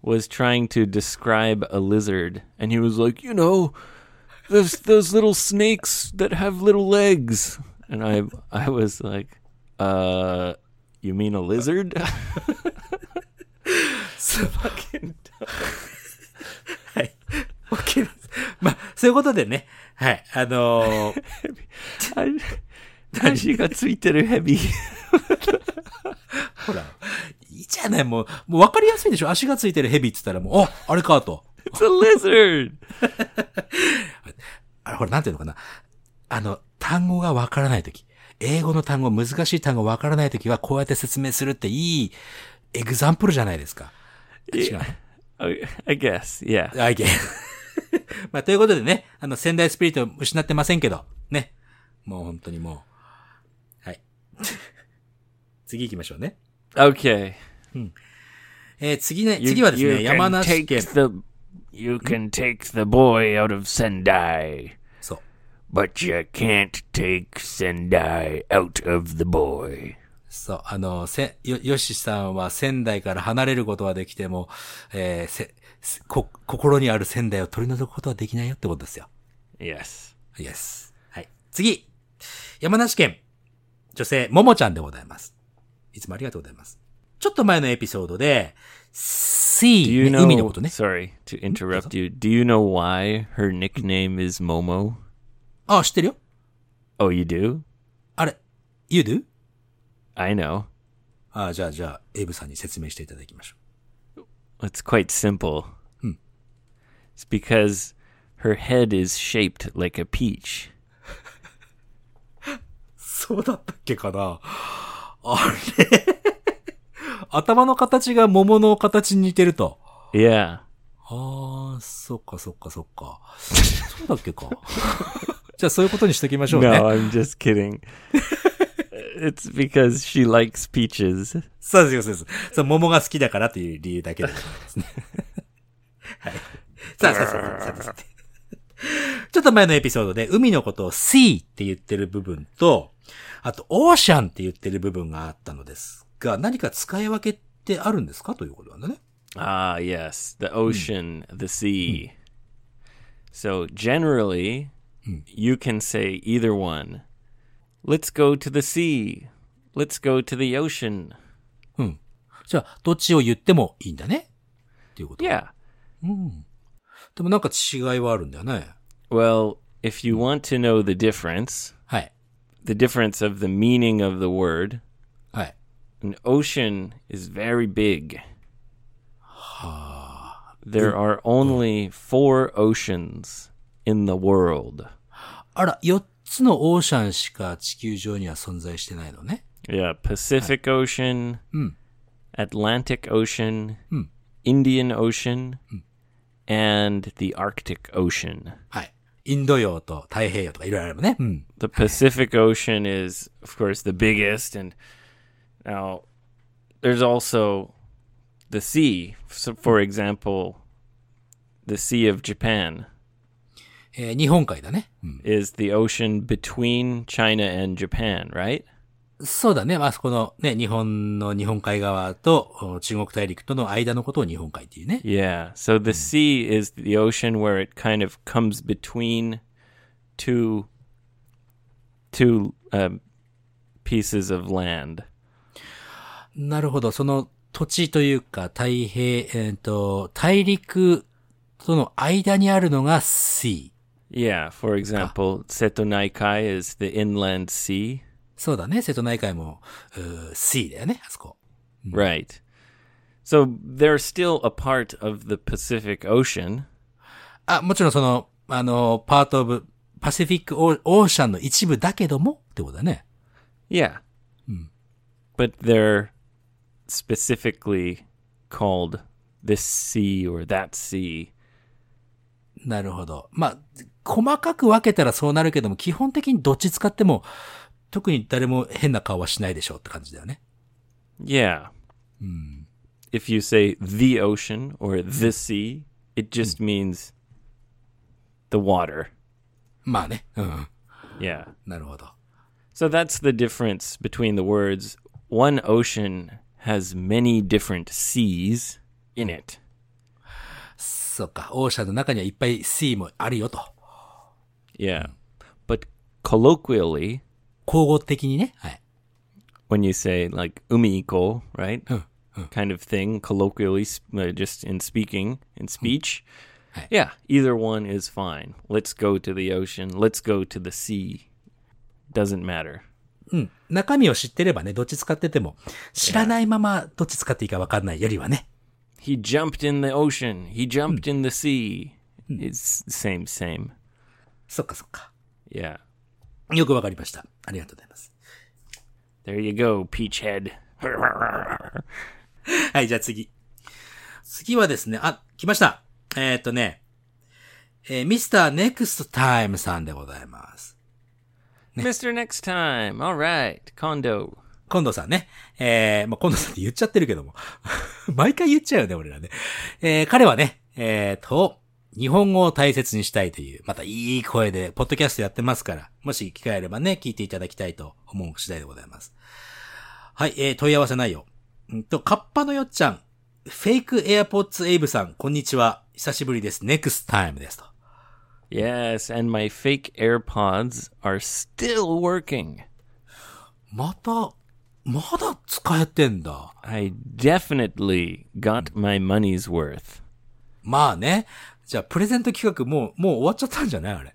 was trying to describe a lizard, and he was like, you know, those those little snakes that have little legs. And I I was like, uh, you mean a lizard? <laughs>
はい。OK です。 <laughs> まあ、そういうことでね。はい。あのー
I, 足がついてる蛇。
ほら、いいじゃない。もう、もう分かりやすいでしょ足がついてる蛇って言ったらもう、あ、あれかと。
<laughs> It's a lizard.
あれ、ほら、なんていうのかな。あの、単語がわからないとき。英語の単語、難しい単語わからないときは、こうやって説明するっていい、エグザンプルじゃないですか。違う。
I I guess, yeah.
あ、いけ。 <laughs> まあ、ということでね、あの、仙台スピリットを失ってませんけど、ね。もう本当にもう。はい。次行きましょうね。
Okay.
えー次ね、次はですね、山梨
take
県。
the you can take the boy out of Sendai,
そう。
but you can't take Sendai out of the boy.
そう、あの、せ、よ、よしさんは仙台から離れることはできても、えーせ、せこ、心にある仙台を取り除くことはできないよってことですよ。
Yes.
イエス。はい。次。山梨県。女性、ももちゃんでございます。いつもありがとうございます。ちょっと前のエピソードで、
Do
sea、
you
ね
know?
海のことね。
Sorry to interrupt you. Do you know why her nickname is Momo?
あ、知ってるよ。
Oh, you do?
あれ、you do?
I know.
あ、じゃあ、じゃあ、エイブさんに説明していただきましょう。
It's quite simple. It's because her head is shaped like a peach.
そうだったっけかなあれ <laughs> 頭の形が桃の形に似てると。
Oh. Yeah.
ああ、そっかそっかそっか。そうだっけか。 <laughs> じゃあそういうことにしときましょうね。
Oh, No, I'm just <laughs> kidding. it's because she likes peaches.
そうです、そうです。そう、桃が好きだからという理由だけでございますね。はい。さあ、さあ、さあ、さあ、さあ。ちょっと前のエピソードで、海のことを sea って言ってる部分と、あと ocean って言ってる部分があったのですが、何か使い分けってあるんですかということなんだね。
Ah, yes, the ocean, the sea. Hmm. So generally, you can say either one. Let's go to the sea. Let's go to the ocean.
じゃあ、どっちを言ってもいいんだねっていうこと。
Yeah.
でもなんか違いはあるんだよね。
Well, if you want to know the difference,
はい。
the difference of the meaning of the word,
はい。
an ocean is very big. There are only four oceans in the world.
あら、4つのオーシャンしか地球上には存在してないのね。
Yeah, Pacific Ocean, Atlantic Ocean, Indian Ocean, and the Arctic Ocean.
はい。インド洋と太平洋とかいろいろあるもんね。うん。
The Pacific Ocean is, of course, the biggest, and now there's also the sea. So, for example, the Sea of Japan
えー日本海だね。うん。
is the ocean between China and Japan, right?
そうだね。まあ、そこのね、日本の日本海側とお中国大陸との間のことを日本海っていうね。
Yeah. Hmm. So the sea is the ocean where it kind of comes between two two um, pieces of land.
なるほど。その土地というか、太平、えっ、と、大陸との間にあるのが sea。
Yeah. For example, Setonaikai is the inland sea.
そうだね。瀬戸内海も、うー sea だよね。あそこ。
Hmm. Right. So they're still a part of the Pacific Ocean.
あ、もちろんその、あの、パートオブパシフィックオーオーシャンの一部だけどもってことだね。
Yeah. But they're specifically called this sea or that sea.
なるほど。まあ、細かく分けたらそうなるけども、基本的にどっち使っても、特に誰も変な顔はしないでしょうって感じだよね。
Yeah. If you say the ocean or the sea, it just means the water.
まあね。うん。
Yeah.
なるほど。
So that's the difference between the words. One ocean has many different seas in it.
そうか。オーシャンの中にはいっぱい C もあるよと。
Yeah. But colloquially,
交互的にね。はい。
when you say like umiiko, right? Kind of thing, colloquially, s- uh, just in speaking, in speech.
Hey.
Yeah, either one is fine. Let's go to the ocean. Let's go to the sea. Doesn't matter.
中身を知ってればね、どっち使ってても、知らないままどっち使っていいか分かんないよりはね。
He jumped in the ocean. He jumped in the sea. It's same, same.
そっかそっか。
Yeah.
よくわかりました。ありがとうございます。
There you go, peach head.
はい、じゃあ次。次はですね、あ、来ました。えーっとね、えー、ミスターネクストタイムさんでございます。
Mr. Next Time. All right. Kondo.
近藤さんね。えー、まあ、近藤さんって言っちゃってるけども。 <laughs> 毎回言っちゃうよね、俺らね。えー、彼はね、えーと、日本語を大切にしたいという、またいい声で、ポッドキャストやってますから、もし機会あればね、聞いていただきたいと思う次第でございます。はい、えー、問い合わせ内容。うんと、カッパのよっちゃん、フェイクエアポッツエイブさん、こんにちは。久しぶりです。ネクスタイムですと。
Yes, and my fake AirPods are still working.
また、まだ使えてんだ。
I definitely got my money's worth.
まあね。じゃあ、プレゼント企画もう、もう終わっちゃったんじゃないあれ。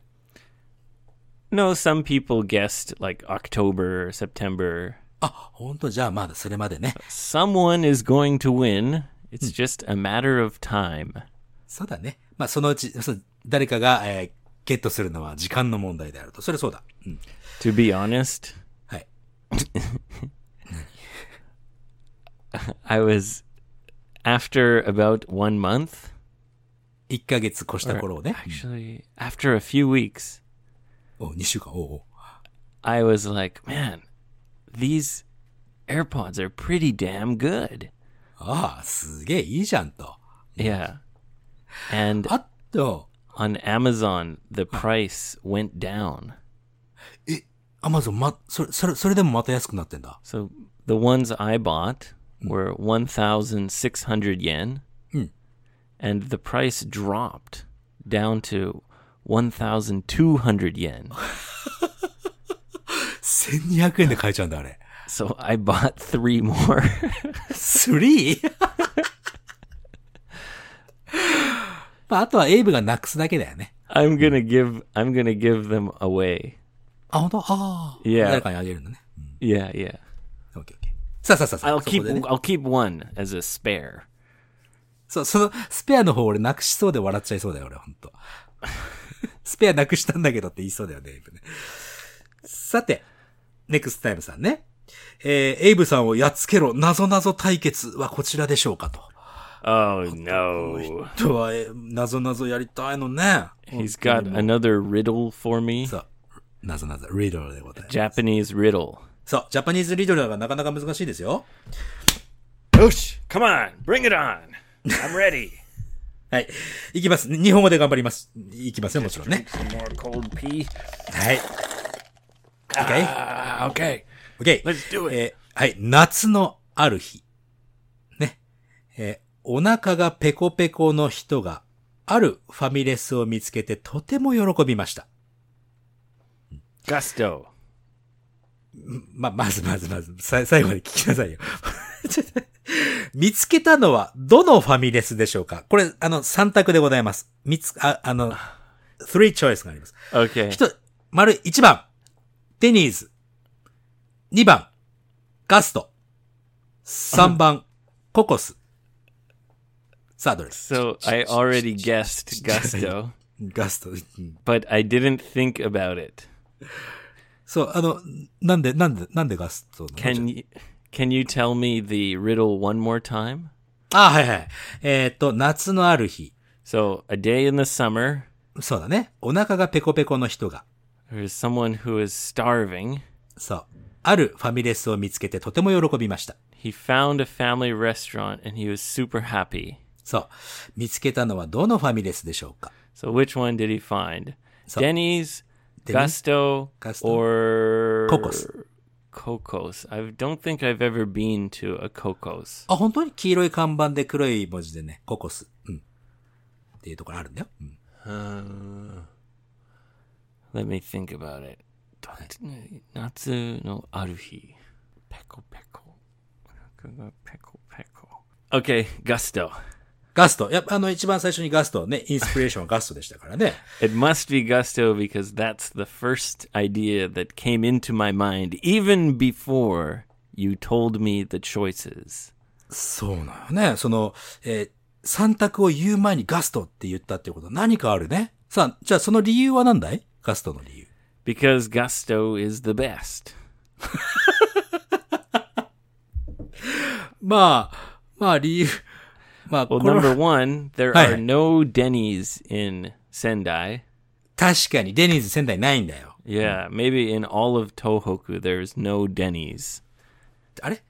No, some people guessed like October, September.
あ、ほんと、じゃあまだそれまでね。
Someone is going to win. It's just a matter of time.
そうだね。まあ、そのうち、そう誰かが、えーゲットするのは時間の問題であると。それそうだ。うん。
To be honest,
はい。
<laughs> I was after about one month,
1ヶ月越した頃をね。
actually, after a few weeks,
お、2週間。おうおう
I was like, man, these AirPods are pretty damn good.
ああ、すげえいいじゃんと。
Yeah. And
あと、
on Amazon, the price went down.
え、アマゾンま、それ、それ、それでもまた安くなってんだ。
So the ones I bought were 1,600 yen. And the price dropped down to 1,200 yen.
1200円で買えちゃうんだ、あれ。
So I bought three more. <laughs>
3? まあ、あとはエイブがなくすだけだよね。
I'm going to give I'm going to give them away.
あ、本当ああ。
Yeah.
誰かにあげるんだね。オ
Yeah, yeah.
ッケーオッケー。さあさあさあさあ。
I'll
そ
keep
こでね
I'll keep one as a spare.
そう、その、スペアの方俺なくしそうで笑っちゃいそうだよ、俺、ほんと。スペアなくしたんだけどって言いそうだよね、エイブね。さて、ネクストタイムさんね。えーエイブさんをやっつけろ、なぞなぞ対決はこちらでしょうかと。
Oh no.
とは、えーなぞなぞやりたいのね。
He's got another riddle for me.
そう、なぞなぞ、リドルでございます。
Japanese riddle.
そう、ジャパニーズリドルがなかなか難しいですよ。
Come on, bring it on. I'm ready. <laughs>
はい。いきます。日本語で頑張ります。いきますよ、もちろんね。
Some more cold pee.
はい。OK?
Ah, okay.
OK。
Let's do it.
えーはい。夏のある日。ね。えーお腹がペコペコの人が、あるファミレスを見つけてとても喜びました。
Gusto.
ま、まずまずまず、さ最後まで聞きなさいよ。 <laughs> ちょっと見つけたのは、どのファミレスでしょうかこれ、あの、3択でございます。見つ、あ、あの、3チョイスがあります。
Okay.
一、丸1番、デニーズ。2番、ガスト。3番、ココス。さあ、どれ <laughs>
So I already guessed gusto.
ガスト。うん
but I didn't think about it.
そう、あの、なんで、なんで、なんでガストの
Can you can you tell me the riddle one more time?
あ、はいはい。えーっと、夏のある日。
So a day in the summer,
そうだね。お腹がペコペコの人が。
there's someone who is starving.
そう。あるファミレスを見つけてとても喜びました。
He found a family restaurant and he was super happy.
そう。見つけたのはどのファミレスでしょうか
So which one did he find?
So-
Denny's,
Denny's,
Gusto,
Gusto,
or
Cocos.
Cocos. I don't think I've ever been to a Cocos.
あ、本当に黄色い看板で黒い文字でね、ココス。うん。っていうところあるんだよ。うん。
Let me think about it. Natsu no aruhi. Peko peko. Peko peko. Okay, Gusto.
ガスト。やっぱあの一番最初にガストね、インスピレーションはガストでしたからね。
It must be Gusto because that's the first idea that came into my mind even before you told me the choices.
そうなのね。その、えー三択を言う前にガストって言ったってことは何かあるね。さあ、じゃあその理由は何だいガストの理由。
Because Gusto is the best.
まあ、まあ理由。まあ、
Well,
これは
number one, there
Hi.
are no Denny's in Sendai.
確かにデニーズ仙台ないんだよ。
Yeah, maybe in all of Tohoku, there's no Denny's.
あれ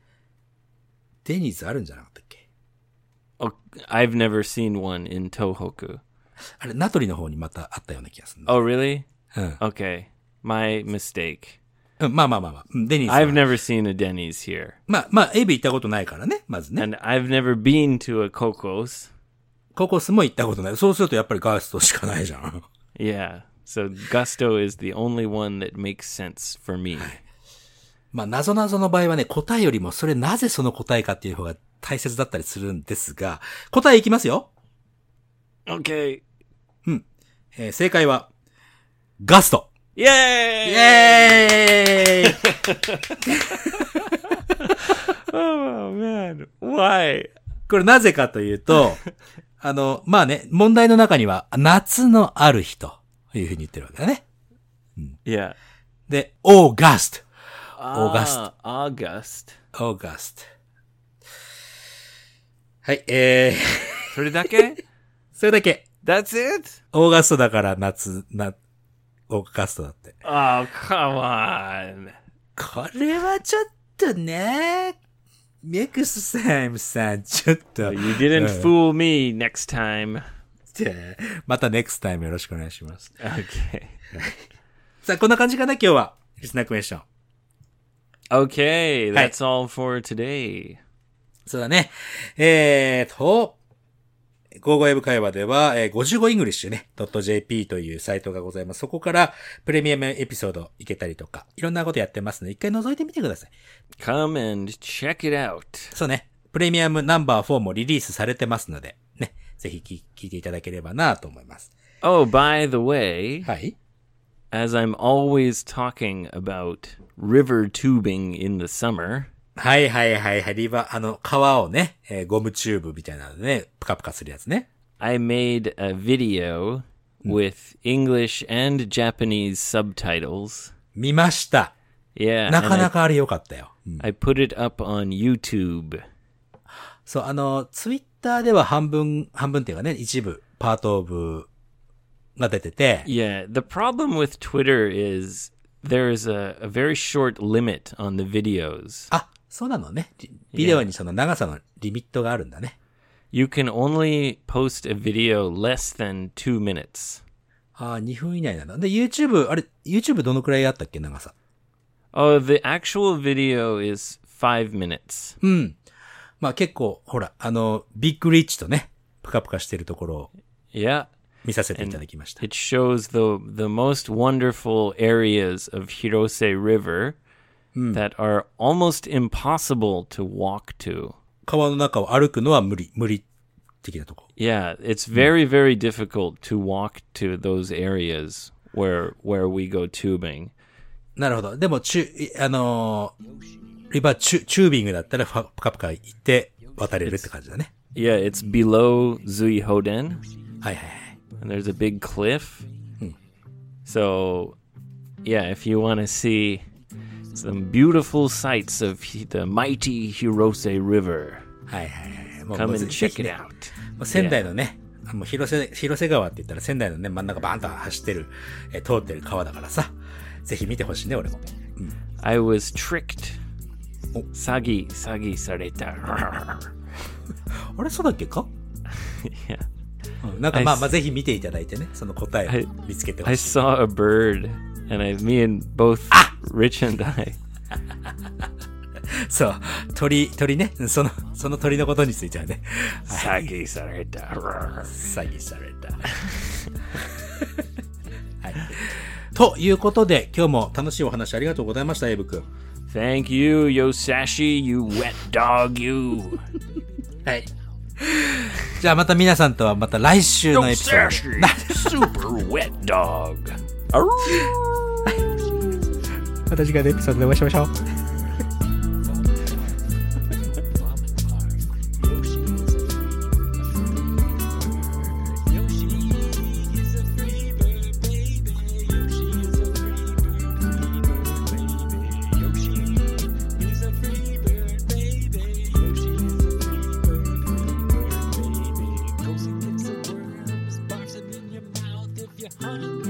デニーズあるんじゃなかったっけ
Oh, I've never seen one in Tohoku.
あれ、ナトリの方にまたあったような気がするんだ。
Oh, really?
うん。
Okay, my mistake.
うんまあまあまあまあ。うんデニーズは。
I've never seen a Denny's here,
まあまあ、エビ行ったことないからね、まずね。
and I've never been to a Coco's.
ココスも行ったことない。そうするとやっぱりガーストしかないじゃん。 <laughs>
Yeah, so Gusto is the only one that makes sense for me.
まあ、なぞなぞの場合はね、答えよりも、それなぜその答えかっていう方が大切だったりするんですが、答えいきますよ。
Okay,
えー正解は、ガスト。
yay!
イェーイ <laughs>
Oh man, why?
これなぜかというと、あの、まあね、問題の中には、夏のある日というふうに言ってるわけだね。
Yeah,
で、オーガスト。オーガス
Ah, August.
ト。オーガスト。はい、えー、それだけ。
<laughs> That's it?
オーガストだから夏、な、オーガストだって。
Oh, come on.
これはちょっとね、ミクスサイムさん、ちょっと。
You didn't
うん
fool me next time.
ってまたネクスタイムよろしくお願いします。
Okay.
さあ、こんな感じかな、今日は。リスナークエスチョン。
Okay, that's all for today.
そうだね。えーと、ゴーゴーエブ会話では、えー、55イングリッシュね、.jp というサイトがございます。そこから、プレミアムエピソードいけたりとか、いろんなことやってますので、一回覗いてみてください。
Come and check it out.
そうね。プレミアムナンバー4もリリースされてますので、ね。ぜひき聞いていただければなと思います。
Oh, by the way,
はい。
as I'm always talking about river tubing in the summer,
はいはいはいはい。リバー、あの、川をね、えーゴムチューブみたいなのでね、プカプカするやつね。
I made a video with English and Japanese subtitles.
見ました。
Yeah,
なか
and
な
I,
かあれ良かったよ。
I put it up on YouTube.
そう、あの、ツイッターでは半分、半分っていうかね、一部、パートオブが出てて、
Yeah, the problem with Twitter is there is a, a very short limit on the videos.
あ、そうなのね。リビデオにその長さのリミットがあるんだね。
You can only post a video less than two minutes.
ああ、2分以内なんだ。で、YouTube、あれ、YouTube どのくらいあったっけ、長さ。
Oh, the actual video is five minutes.
まあ結構、ほら、あの、ビッグリッチとね、ぷかぷかしてるところを
Yeah,
見させていただきました。
it shows the the most wonderful areas of Hirose River that are almost impossible to walk to.
川の中を歩くのは無理、無理的なとこ。
Yeah, it's very very difficult to walk to those areas where where we go tubing.
なるほど。でも、チュ、いあのーリバーチュ、チュービングだったら、ふわぷかぷか行って渡れるって感じだね。
Yeah, it's below Zuihoden.
はいはいはい。
and there's a big cliff. So, yeah, if you want to see some beautiful sights of hi- the mighty Hirose River,
はいはいはい。もう
come
もう
and
ぜ
check
ひ
it
ね
out.
もう仙台のね、あもう広瀬、広瀬川って言ったら仙台のね、真ん中バーンと走ってる、えー通ってる川だからさ、ぜひ見てほしいね、俺も。
I was tricked.
お
Oh. 詐欺、詐欺された。 <laughs>
あれ、そうだっけか
yeah.
うんなんか
はい
まあまあぜひ見ていただいてね、その答
は
え
い
を見つけてほ
I
しい。
saw a bird, and I, me and both Rich and I.
そう、鳥、鳥ね、うんその、その鳥のことについてはね、
詐欺された。
詐欺され
<laughs>
た。はい。ということで、今日も楽しいお話ありがとうございました、エイブ君。
Thank you, Yosashi, you wet dog, you.
はい。じゃあまた皆さんとはまた来週のエピソードで <laughs>
Sashi, super wet
<laughs>
dog.
また次回のエピソードでお会いしましょう。
Box them in your mouth if you're hungry.